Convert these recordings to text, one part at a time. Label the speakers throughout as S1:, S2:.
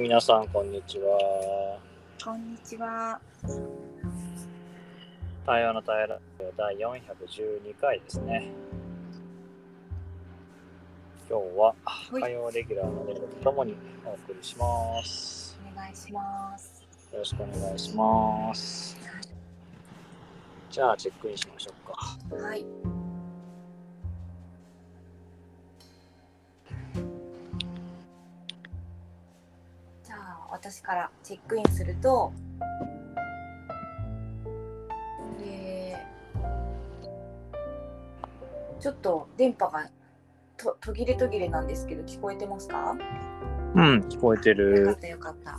S1: 皆さん、こんにちは。
S2: こんにちは。
S1: 台湾の台湾第412回ですね。今日は
S2: い
S1: 火曜レギュラーのレイとともにお送りします。
S2: お願いします。
S1: よろしくお願いします。じゃあ、チェックインしましょうか。
S2: はい。じゃあ私からチェックインすると、で、ちょっと電波がと途切れ途切れなんですけど聞こえてますか？
S1: うん、聞こえて
S2: よかっ
S1: る。
S2: たよかった。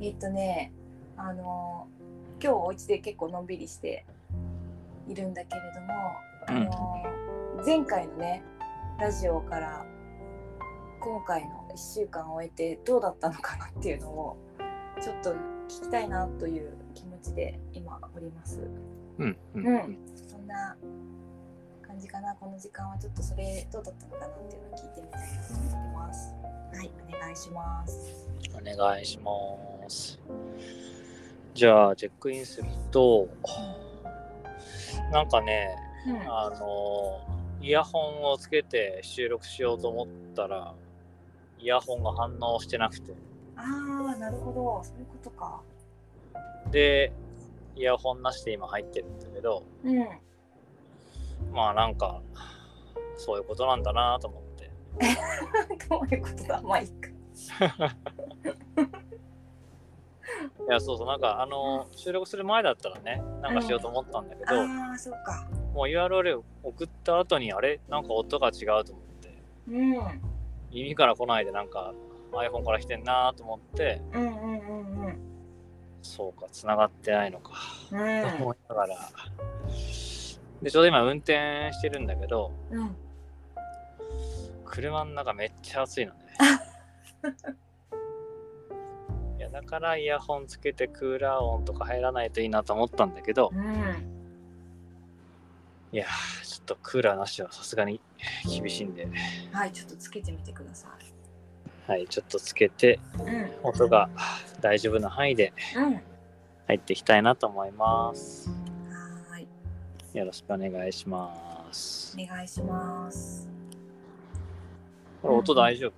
S2: えっとね、あの今日お家で結構のんびりしているんだけれども、
S1: う
S2: あ
S1: ん、
S2: の前回のねラジオから今回の1週間を終えてどうだったのかなっていうのをちょっと聞きたいなという気持ちで今おります。
S1: うん、う
S2: うんん。、そんな感じかなこの時間はちょっとそれどうだったのかなっていうのを聞いてみたいなと思ってます。はい、お願いします。
S1: お願いします。じゃあ、チェックインすると、なんかね、
S2: うん
S1: あのイヤホンをつけて収録しようと思ったらイヤホンが反応してなくて
S2: ああ、なるほど、そういうことか。
S1: でイヤホンなしで今入ってるんだけど
S2: うん。
S1: まあなんかそういうことなんだなと思って
S2: どういうことだ、まあ、いいか。
S1: いやそうそうなんかあの収録する前だったらねなんかしようと思ったんだけど、
S2: ああ、そうか。
S1: もう URL 送った後にあれなんか音が違うと思って
S2: うん。うん
S1: 耳から来ないでなんか iPhone から来てんなと思って
S2: うんうんうん。
S1: そうか繋がってないのか
S2: う
S1: と
S2: ん。
S1: 思いながら。で、ちょうど今運転してるんだけど、
S2: うん。
S1: 車の中めっちゃ暑 いのね。いや、だからイヤホンつけてクーラー音とか入らないといいなと思ったんだけど、
S2: うん。
S1: いやー、ちょっとクーラーなしはさすがに厳しいんで、
S2: はい、ちょっとつけてみてください。
S1: はい、ちょっとつけて、
S2: うん。う
S1: 音が大丈夫な範囲で
S2: ん。は
S1: 入っていきたいなと思います。
S2: ーい。
S1: よろしくお願いします。
S2: お願いします。
S1: これ音大丈夫、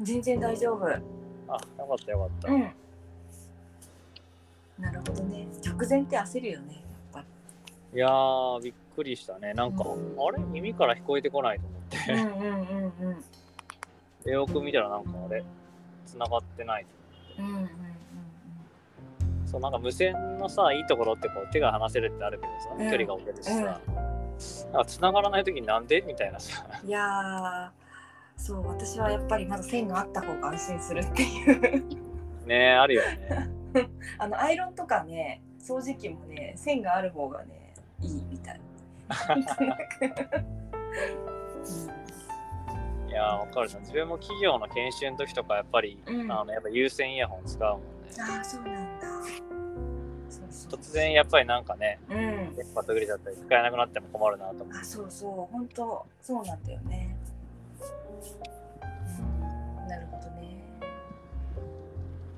S2: 全然大丈夫。
S1: あ、よかったよかった。
S2: うん。なるほどね。直前って焦るよね。やっぱり。
S1: いやー、びっくりしたね。なんか、
S2: うん
S1: あれ耳から聞こえてこないと思って。
S2: うんうんうんうん。
S1: よく見たら、なんかあれ、繋がってない。
S2: うんうんうん
S1: そう、なんか無線のさ、いいところってこう手が離せるってあるけどさ、
S2: うん
S1: 距離が置けるしさ、なんか繋がらないときになんでみたいなさ。
S2: うん。いやー。そう、私はやっぱりまだ線があった方が安心するっていう。
S1: ねあるよ ね。
S2: あのアイロンとかね掃除機もね線がある方がねいいみ たい。
S1: いやー、わかるな。自分も企業の研修の時とか、やっぱり、
S2: うん
S1: あの、やっぱ有線イヤホン使うもんね。
S2: ああそうなんだ。そうそう
S1: 突然、やっぱりなんかね、
S2: うん。
S1: 電波途切れちゃったり、使えなくなっても困るなと思
S2: あそうそう本当そうなんだよね。なるほどね。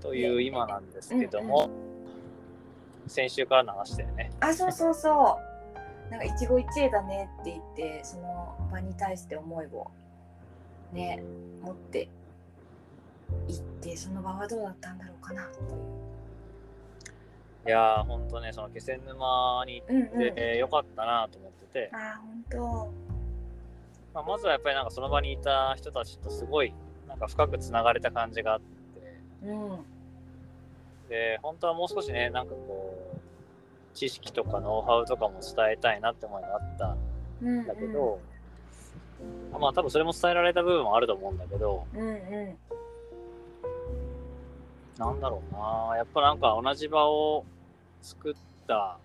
S1: う。という今なんですけども、先週からの話だよね。
S2: あそうそうそう。なんか一期一会だねって言ってその場に対して思いをね持って行ってその場はどうだったんだろうかなという。
S1: いやー、ほんとね、その気仙沼に
S2: うん
S1: 行っ
S2: う
S1: てよかったなと思ってて
S2: ん、、ああ本当
S1: まあ、まずはやっぱりなんかその場にいた人たちとすごいなんか深くつながれた感じがあって、
S2: うん
S1: で、本当はもう少しね、なんかこう、知識とかノウハウとかも伝えたいなって思いがあった
S2: うん
S1: んだけど、まあ多分それも伝えられた部分もあると思うんだけど、
S2: うんう
S1: なんだろうな、やっぱなんか同じ場を作った、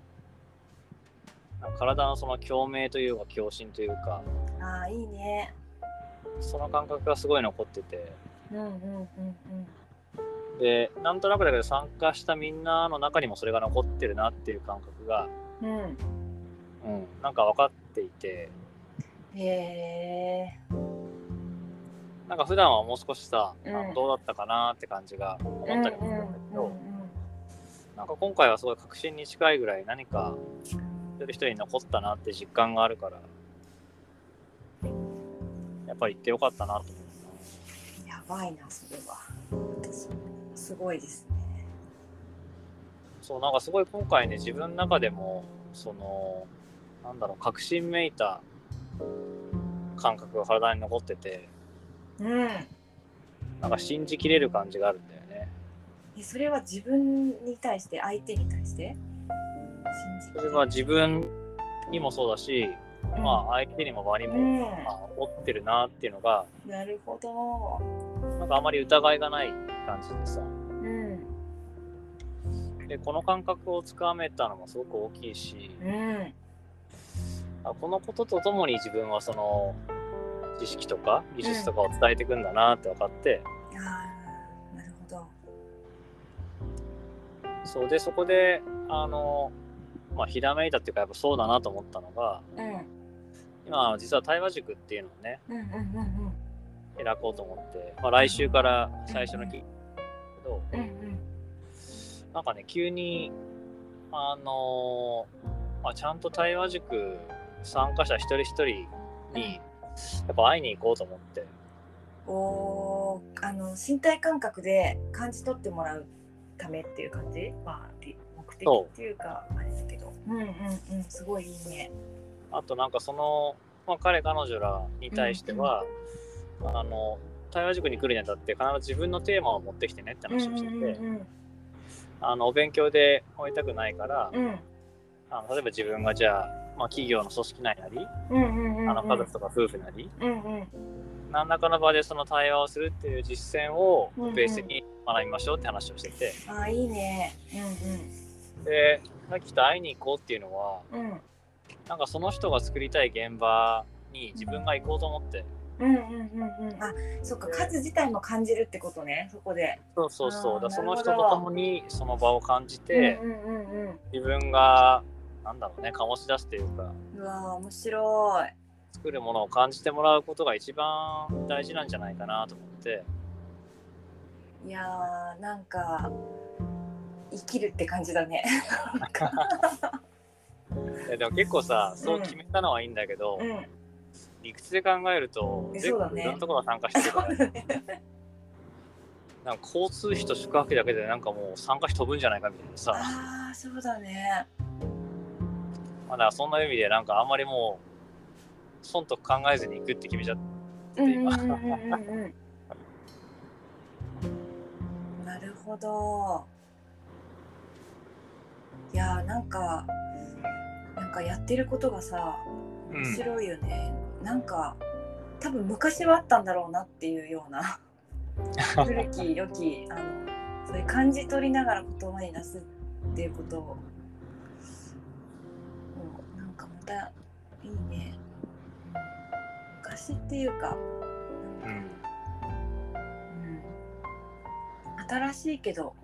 S1: なんか体のその共鳴というか共振というか、
S2: んああいいね
S1: その感覚がすごい残ってて
S2: うんうんうんうん
S1: でなんとなくだけど参加したみんなの中にもそれが残ってるなっていう感覚が、
S2: うん
S1: うん、なんか分かっていて
S2: へえ
S1: なんか普段はもう少しさ、あ
S2: うん
S1: どうだったかなって感じが思ったりもするんだけど、
S2: う
S1: なんか今回はすごい確信に近いぐらい何か一人一人残ったなって実感があるからやっぱり行ってよかったなと思
S2: んやばいなそれは私すごいですね
S1: うそうなんかすごい今回ね自分の中でもそのなんだろう確信めいた感覚が体に残ってて
S2: うん
S1: なんか信じきれる感じがあるんだよね
S2: えそれは自分に対して相手に対して信
S1: そ
S2: じ
S1: れは自分にもそうだし、まあ相手にも場に
S2: う
S1: も、
S2: ん、
S1: まあ、折ってるなっていうのが
S2: なるほど
S1: なんかあまり疑いがない感じでさ
S2: うん
S1: でこの感覚をつかめたのもすごく大きいし、
S2: うん
S1: あこのこととともに自分はその知識とか技術とかを伝えていくんだなって分かって、
S2: あーなるほど
S1: そうでそこであの、まあ、ひらめいたっていうかやっぱそうだなと思ったのが
S2: うんうん
S1: 今実は対話塾っていうのをね
S2: うんうん
S1: 開こうと思って、まあ、来週から最初の日けど
S2: うんうん
S1: なんかね急にあのあちゃんと対話塾参加者一人一人にやっぱ会いに行こうと思って。
S2: おーあの身体感覚で感じ取ってもらうためっていう感じ、まあ、り目的っていうかあれだけどうんうんうんすごいいいね
S1: あとなんかその、まあ、彼彼女らに対しては、あの対話塾に来るにあたって必ず自分のテーマを持ってきてねって話をしてて、
S2: うん
S1: あのお勉強で終えたくないから、
S2: うんうん
S1: あの例えば自分がじゃあ、まあ、企業の組織内なり、
S2: うんうんうん
S1: あの家族とか夫婦なり
S2: うんうん
S1: 何らかの場でその対話をするっていう実践を
S2: うんうん
S1: ベースに学びましょうって話をしてて、
S2: あーいいね
S1: でさっきと会いに行こうっていうのは
S2: うんうんうん
S1: なんかその人が作りたい現場に自分が行こうと思って、
S2: うんうんうんうんあそっか数自体も感じるってことねそこで
S1: そうそうそう。
S2: あー
S1: だからその
S2: な
S1: 人
S2: るほど
S1: と共にその場を感じて、
S2: うんうんうんうん
S1: 自分がなんだろうね醸し出すというか
S2: うわー面白い
S1: 作るものを感じてもらうことが一番大事なんじゃないかなと思って。
S2: いやーなんか生きるって感じだね
S1: いやでも結構さそううん決めたのはいいんだけど、
S2: うん
S1: 理屈で考えると
S2: え
S1: 全
S2: そう
S1: 部い
S2: だね
S1: ろんなところが参加してるから、
S2: そうだね
S1: なんか交通費と宿泊費だけでなんかもう参加費飛ぶんじゃないかみたいなさ、ま
S2: ああそうだね
S1: あ、だからそんな意味でなんかあんまりもう損得考えずに行くって決めちゃっ
S2: うんうん
S1: 今
S2: うんうんうんうん なるほどいやーなんかなんかやってることがさ
S1: う
S2: 面
S1: ん、
S2: 白いよね、なんか多分昔はあったんだろうなっていうよう な古き良きあのそういう感じ取りながら言葉に出すっていうことを、うん、なんかまたいいね昔っていうか
S1: う
S2: なんか、
S1: ん
S2: うん、新しいけど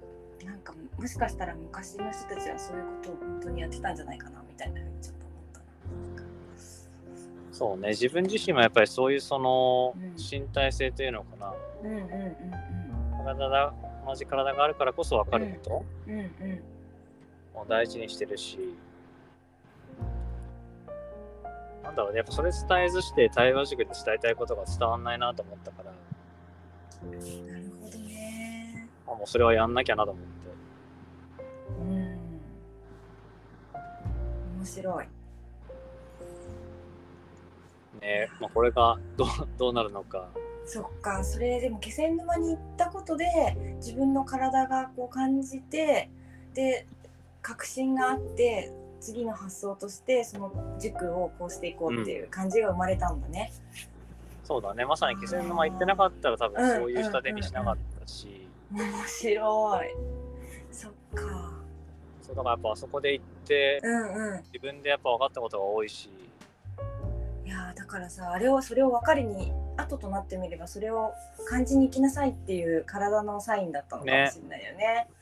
S2: なんかもしかしたら昔の人たちはそういうことを本当にやってたんじゃないかなみたいなふうにちょっと思ったな。
S1: そうね自分自身もやっぱりそういうその
S2: うん
S1: 身体性というのかな、
S2: うんうんう
S1: 体が同じ体があるからこそ分かるこ
S2: んうんうんうん
S1: とを大事にしてるし、なんだろうねやっぱそれ伝えずして対話塾で伝えたいことが伝わんないなと思ったから
S2: なるほどね。
S1: あもうそれはやんなきゃなと思って
S2: うん。面白い。
S1: ね、まあ、これがどうどうなるのか
S2: そっか、それでも気仙沼に行ったことで自分の体がこう感じてで確信があって次の発想としてその塾をこうしていこうっていう感じが生まれたんだね。
S1: そうだねまさに気仙沼行ってなかったら多分そういう下手にしなかったし、
S2: 面白い。そっか。
S1: そうだからやっぱあそこで行って
S2: うんうん。
S1: 自分でやっぱ分かったことが多いし
S2: いやーだからさあれをそれを分かりに後となってみればそれを感じに行きなさいっていう体のサインだったのかもしれないよね。うん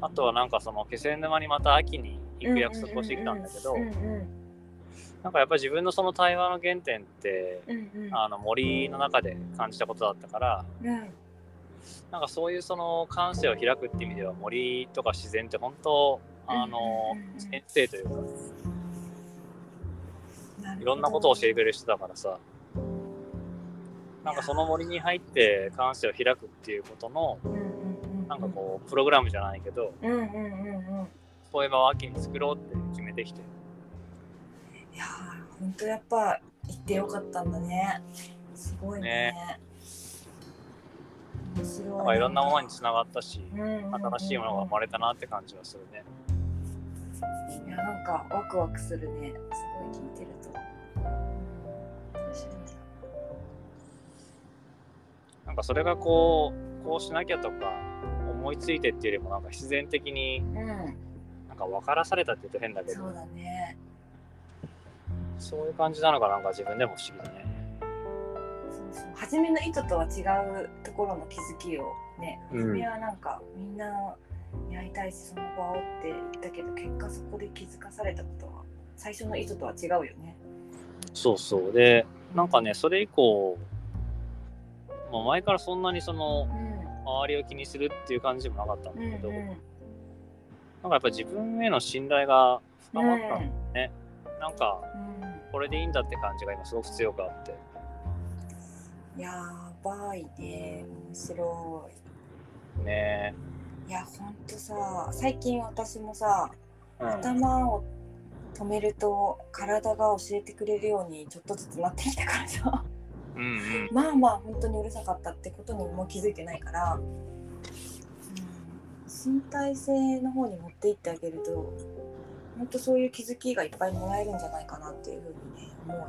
S1: あとはなんかその気仙沼にまた秋に行く約束をしてきたんだけど、
S2: うんうん
S1: なんかやっぱり自分のその対話の原点って
S2: うんうん
S1: あの森の中で感じたことだったから
S2: うん
S1: なんかそういうその感性を開くっていう意味では森とか自然って本当あの
S2: うんうんうんうん
S1: 先生というか
S2: なるほど
S1: いろんなことを教えてくれる人だからさなんかその森に入って感性を開くっていうことの
S2: うんうんうん
S1: なんかこうプログラムじゃないけど
S2: うんうんうんうん
S1: そういえばは秋に作ろうって決めてきて
S2: いやー本当やっぱ行ってよかったんだねすごいね面白い
S1: なんかいろんなものにつながったし
S2: うんうんうん
S1: 新しいものが生まれたなって感じはするね
S2: いやなんかワクワクするねすごい聞いてると面白い
S1: なんかそれがこうこうしなきゃとか思いついてっていうよりもなんか必然的に
S2: な
S1: なんか分からされたって言うと変だ
S2: うん
S1: け
S2: そ
S1: ど
S2: うだね
S1: そういう感じなのかなんか自分でも不思議だね
S2: そうそう初めの意図とは違うところの気づきをね
S1: うん
S2: 初めはなんかみんなに会いたいしその場をって言ったけど結果そこで気づかされたことは最初の意図とは違うよね
S1: そうそうでなんかねそれ以降、まあ、前からそんなにその
S2: う
S1: 周りを気にするっていう感じもなかったんだ
S2: んうん
S1: けど、
S2: う
S1: なん
S2: ん
S1: かやっぱ自分への信頼が深まった、
S2: うん
S1: なんか
S2: う
S1: これでいいんだって感じが今すごく強くあって
S2: ん、やばいね面白
S1: ね
S2: いいやほんとさ最近私もさ
S1: え、うん、
S2: 頭を止めると体が教えてくれるようにちょっとずつなってきたからさ
S1: うんうん
S2: まあまあ本当にうるさかったってことにも気づいてないから、うん、身体性の方に持っていってあげると本当そういう気づきがいっぱいもらえるんじゃないかなっていうふうにね思うよ。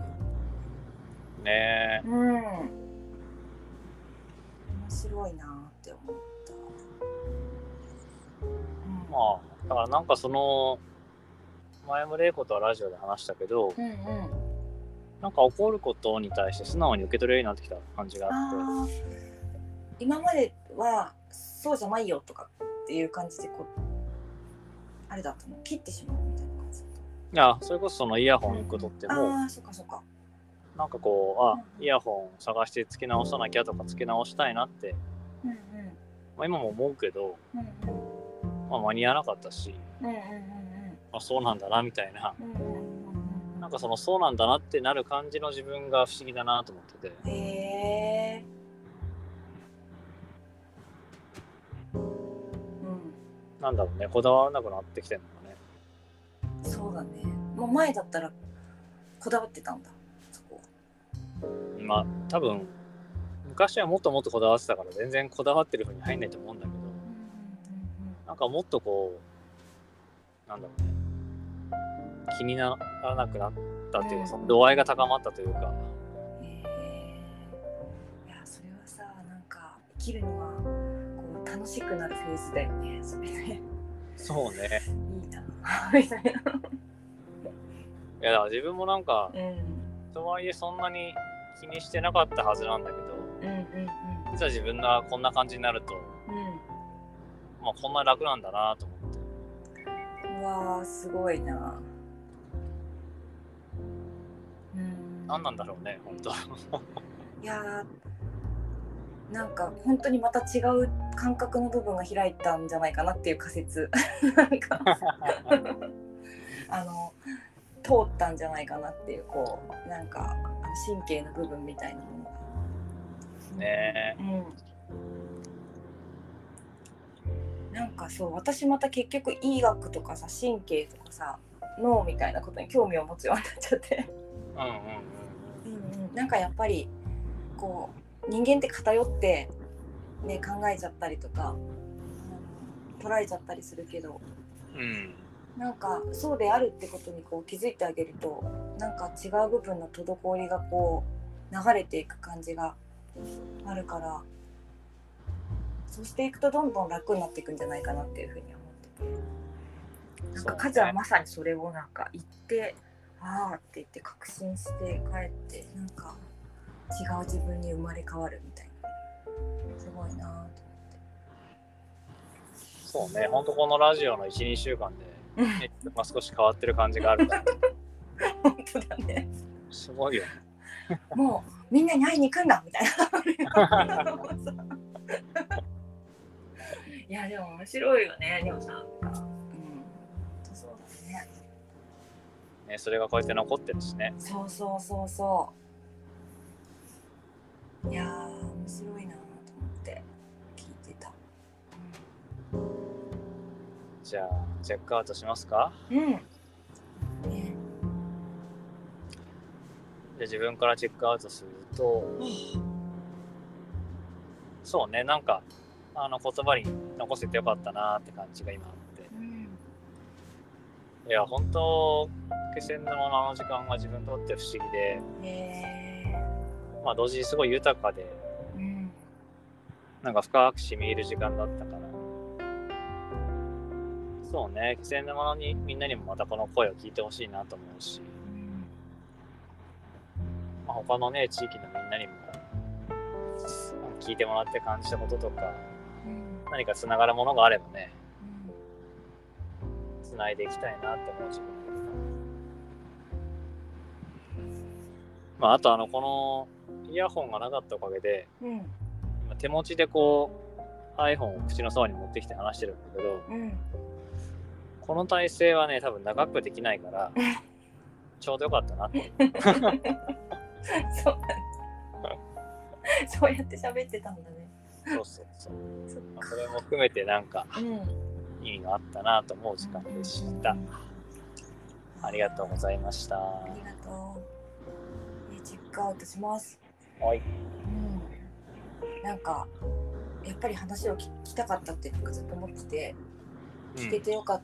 S1: ねえ
S2: うん面白いなって思った。うん
S1: まあだからなんかその前も玲子とはラジオで話したけど
S2: うんうん、
S1: なんか怒ることに対して素直に受け取れるようになってきた感じがあって
S2: あー今まではそうじゃないよとかっていう感じでこうあれだったの切ってしまうみたいな感じだった
S1: いやそれこそそのイヤホン受け取っても、
S2: ああそっかそっか
S1: なんかこうあイヤホン探して付け直さなきゃとか付け直したいなって、
S2: うんうん
S1: まあ、今も思うけど、
S2: うんうん
S1: まあ、間に合わなかったし、
S2: うんうん
S1: まあ、そうなんだなみたいな
S2: うんうんうんうんうん
S1: なんかそのそうなんだなってなる感じの自分が不思議だなと思ってて
S2: へえうん
S1: なんだろうねこだわらなくなってきてるのかね
S2: そうだね。もう前だったらこだわってたんだ。そこは。
S1: まあ多分昔はもっともっとこだわってたから全然こだわってる風に入んないと思うんだけどなんかもっとこうなんだろうね気にならなくなったっていう
S2: うん
S1: かその度合いが高まったというか
S2: へえいやそれはさなんか生きるのはこう楽しくなるフェーズだよね。それね。
S1: そうね
S2: いいなみたいな。
S1: いやだから自分もなんか
S2: うん
S1: とはいえそんなに気にしてなかったはずなんだけど
S2: うんうん
S1: いざ自分がこんな感じになると、
S2: う
S1: まあ、こんな楽なんだなと思って
S2: ん。うわあすごいな。うん。
S1: 何なんだろうね本当
S2: いやーなんか本当にまた違う感覚の部分が開いたんじゃないかなっていう仮説 な んかあの通ったんじゃないかなっていうこうなんかあの神経の部分みたいなものが。
S1: ね
S2: うんなんかそう私また結局医学とかさ神経とかさ脳みたいなことに興味を持つようになっちゃって
S1: うんうんうん
S2: うんうん、なんかやっぱりこう人間って偏って、ね、考えちゃったりとかうん捉えちゃったりするけど
S1: うん
S2: なんかそうであるってことにこう気づいてあげるとなんか違う部分の滞りがこう流れていく感じがあるからそうしていくとどんどん楽になっていくんじゃないかなっていうふうには思っててなんか
S1: そう
S2: カ
S1: ね
S2: ズはまさにそれをなんか言ってああって言って確信して帰ってなんか違う自分に生まれ変わるみたいなすごいなぁ
S1: そ
S2: と
S1: うね、ほんとこのラジオの1、2週間で、
S2: 思って。
S1: ね、まあ少し変わってる感じがあるから、
S2: 本当だね
S1: すごいよね。
S2: もうみんなに会いに行くんだみたい ないやでも面白いよねでもさなんかうんそうだね
S1: ね、それがこうやって残ってるしね。
S2: そうそうそうそういやー面白いなと思って聞いてた
S1: じゃあ、チェックアウトしますか
S2: うんね
S1: で自分からチェックアウトすると、そうね、なんか、あの言葉に残せてよかったなって感じが今あっ
S2: うん
S1: て。いや、本当気仙沼のあの時間が自分にとって不思議で、
S2: へ
S1: まあ同時にすごい豊かで、
S2: ーうん
S1: なんか深く染み入る時間だったから。そうね、気仙沼にみんなにもまたこの声を聞いてほしいなと思うし、
S2: うん
S1: まあ、他のね、地域のみんなにも、聞いてもらって感じたこととか、
S2: うん
S1: 何かつながるものがあればね、
S2: うん
S1: つないでいきたいなって思う自分がいるからまあ、あとあの、このイヤホンがなかったおかげで、
S2: うん
S1: 今手持ちでこう、iPhone を口のそばに持ってきて話してるんだけど、
S2: うん
S1: この体勢はね、多分長くできない から、ちょうどよかったなって。
S2: そうなんだそうやって喋ってたんだね。
S1: そうそうそう。
S2: そっ
S1: まあそれも含めてなんか
S2: か。うん。
S1: 意味があったなと思う時間でした。ありがとうございました。
S2: あ
S1: は
S2: りがとう。ねチェックアウトします。
S1: い。
S2: うん。なんかやっぱり話を聞きたかったってなんかずっと思ってて、
S1: う
S2: 聞け
S1: ん
S2: てよかっ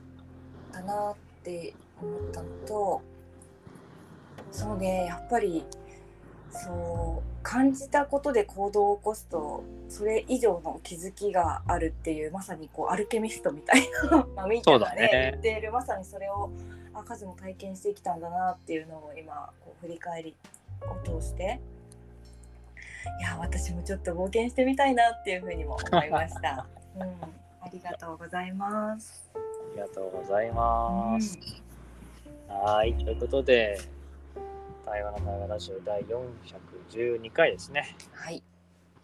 S2: たなって思ったのと、そうねやっぱりそう感じたことで行動を起こすとそれ以上の気づきがあるっていうまさにこうアルケミストみたいな まあみーちゃんが
S1: そうだ
S2: ね
S1: ね
S2: 言っているまさにそれをあカズも体験してきたんだなっていうのを今こう振り返りを通していや私もちょっと冒険してみたいなっていうふうにも思い ました。うん、ありがとうございます。
S1: ありがとうございます。はい。ということで、対話の会話ラジオ第412回ですね。
S2: はい。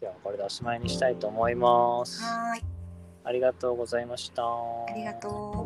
S1: 今日はこれでおしまいにしたいと思います。
S2: はーい。
S1: ありがとうございました。
S2: ありがとう。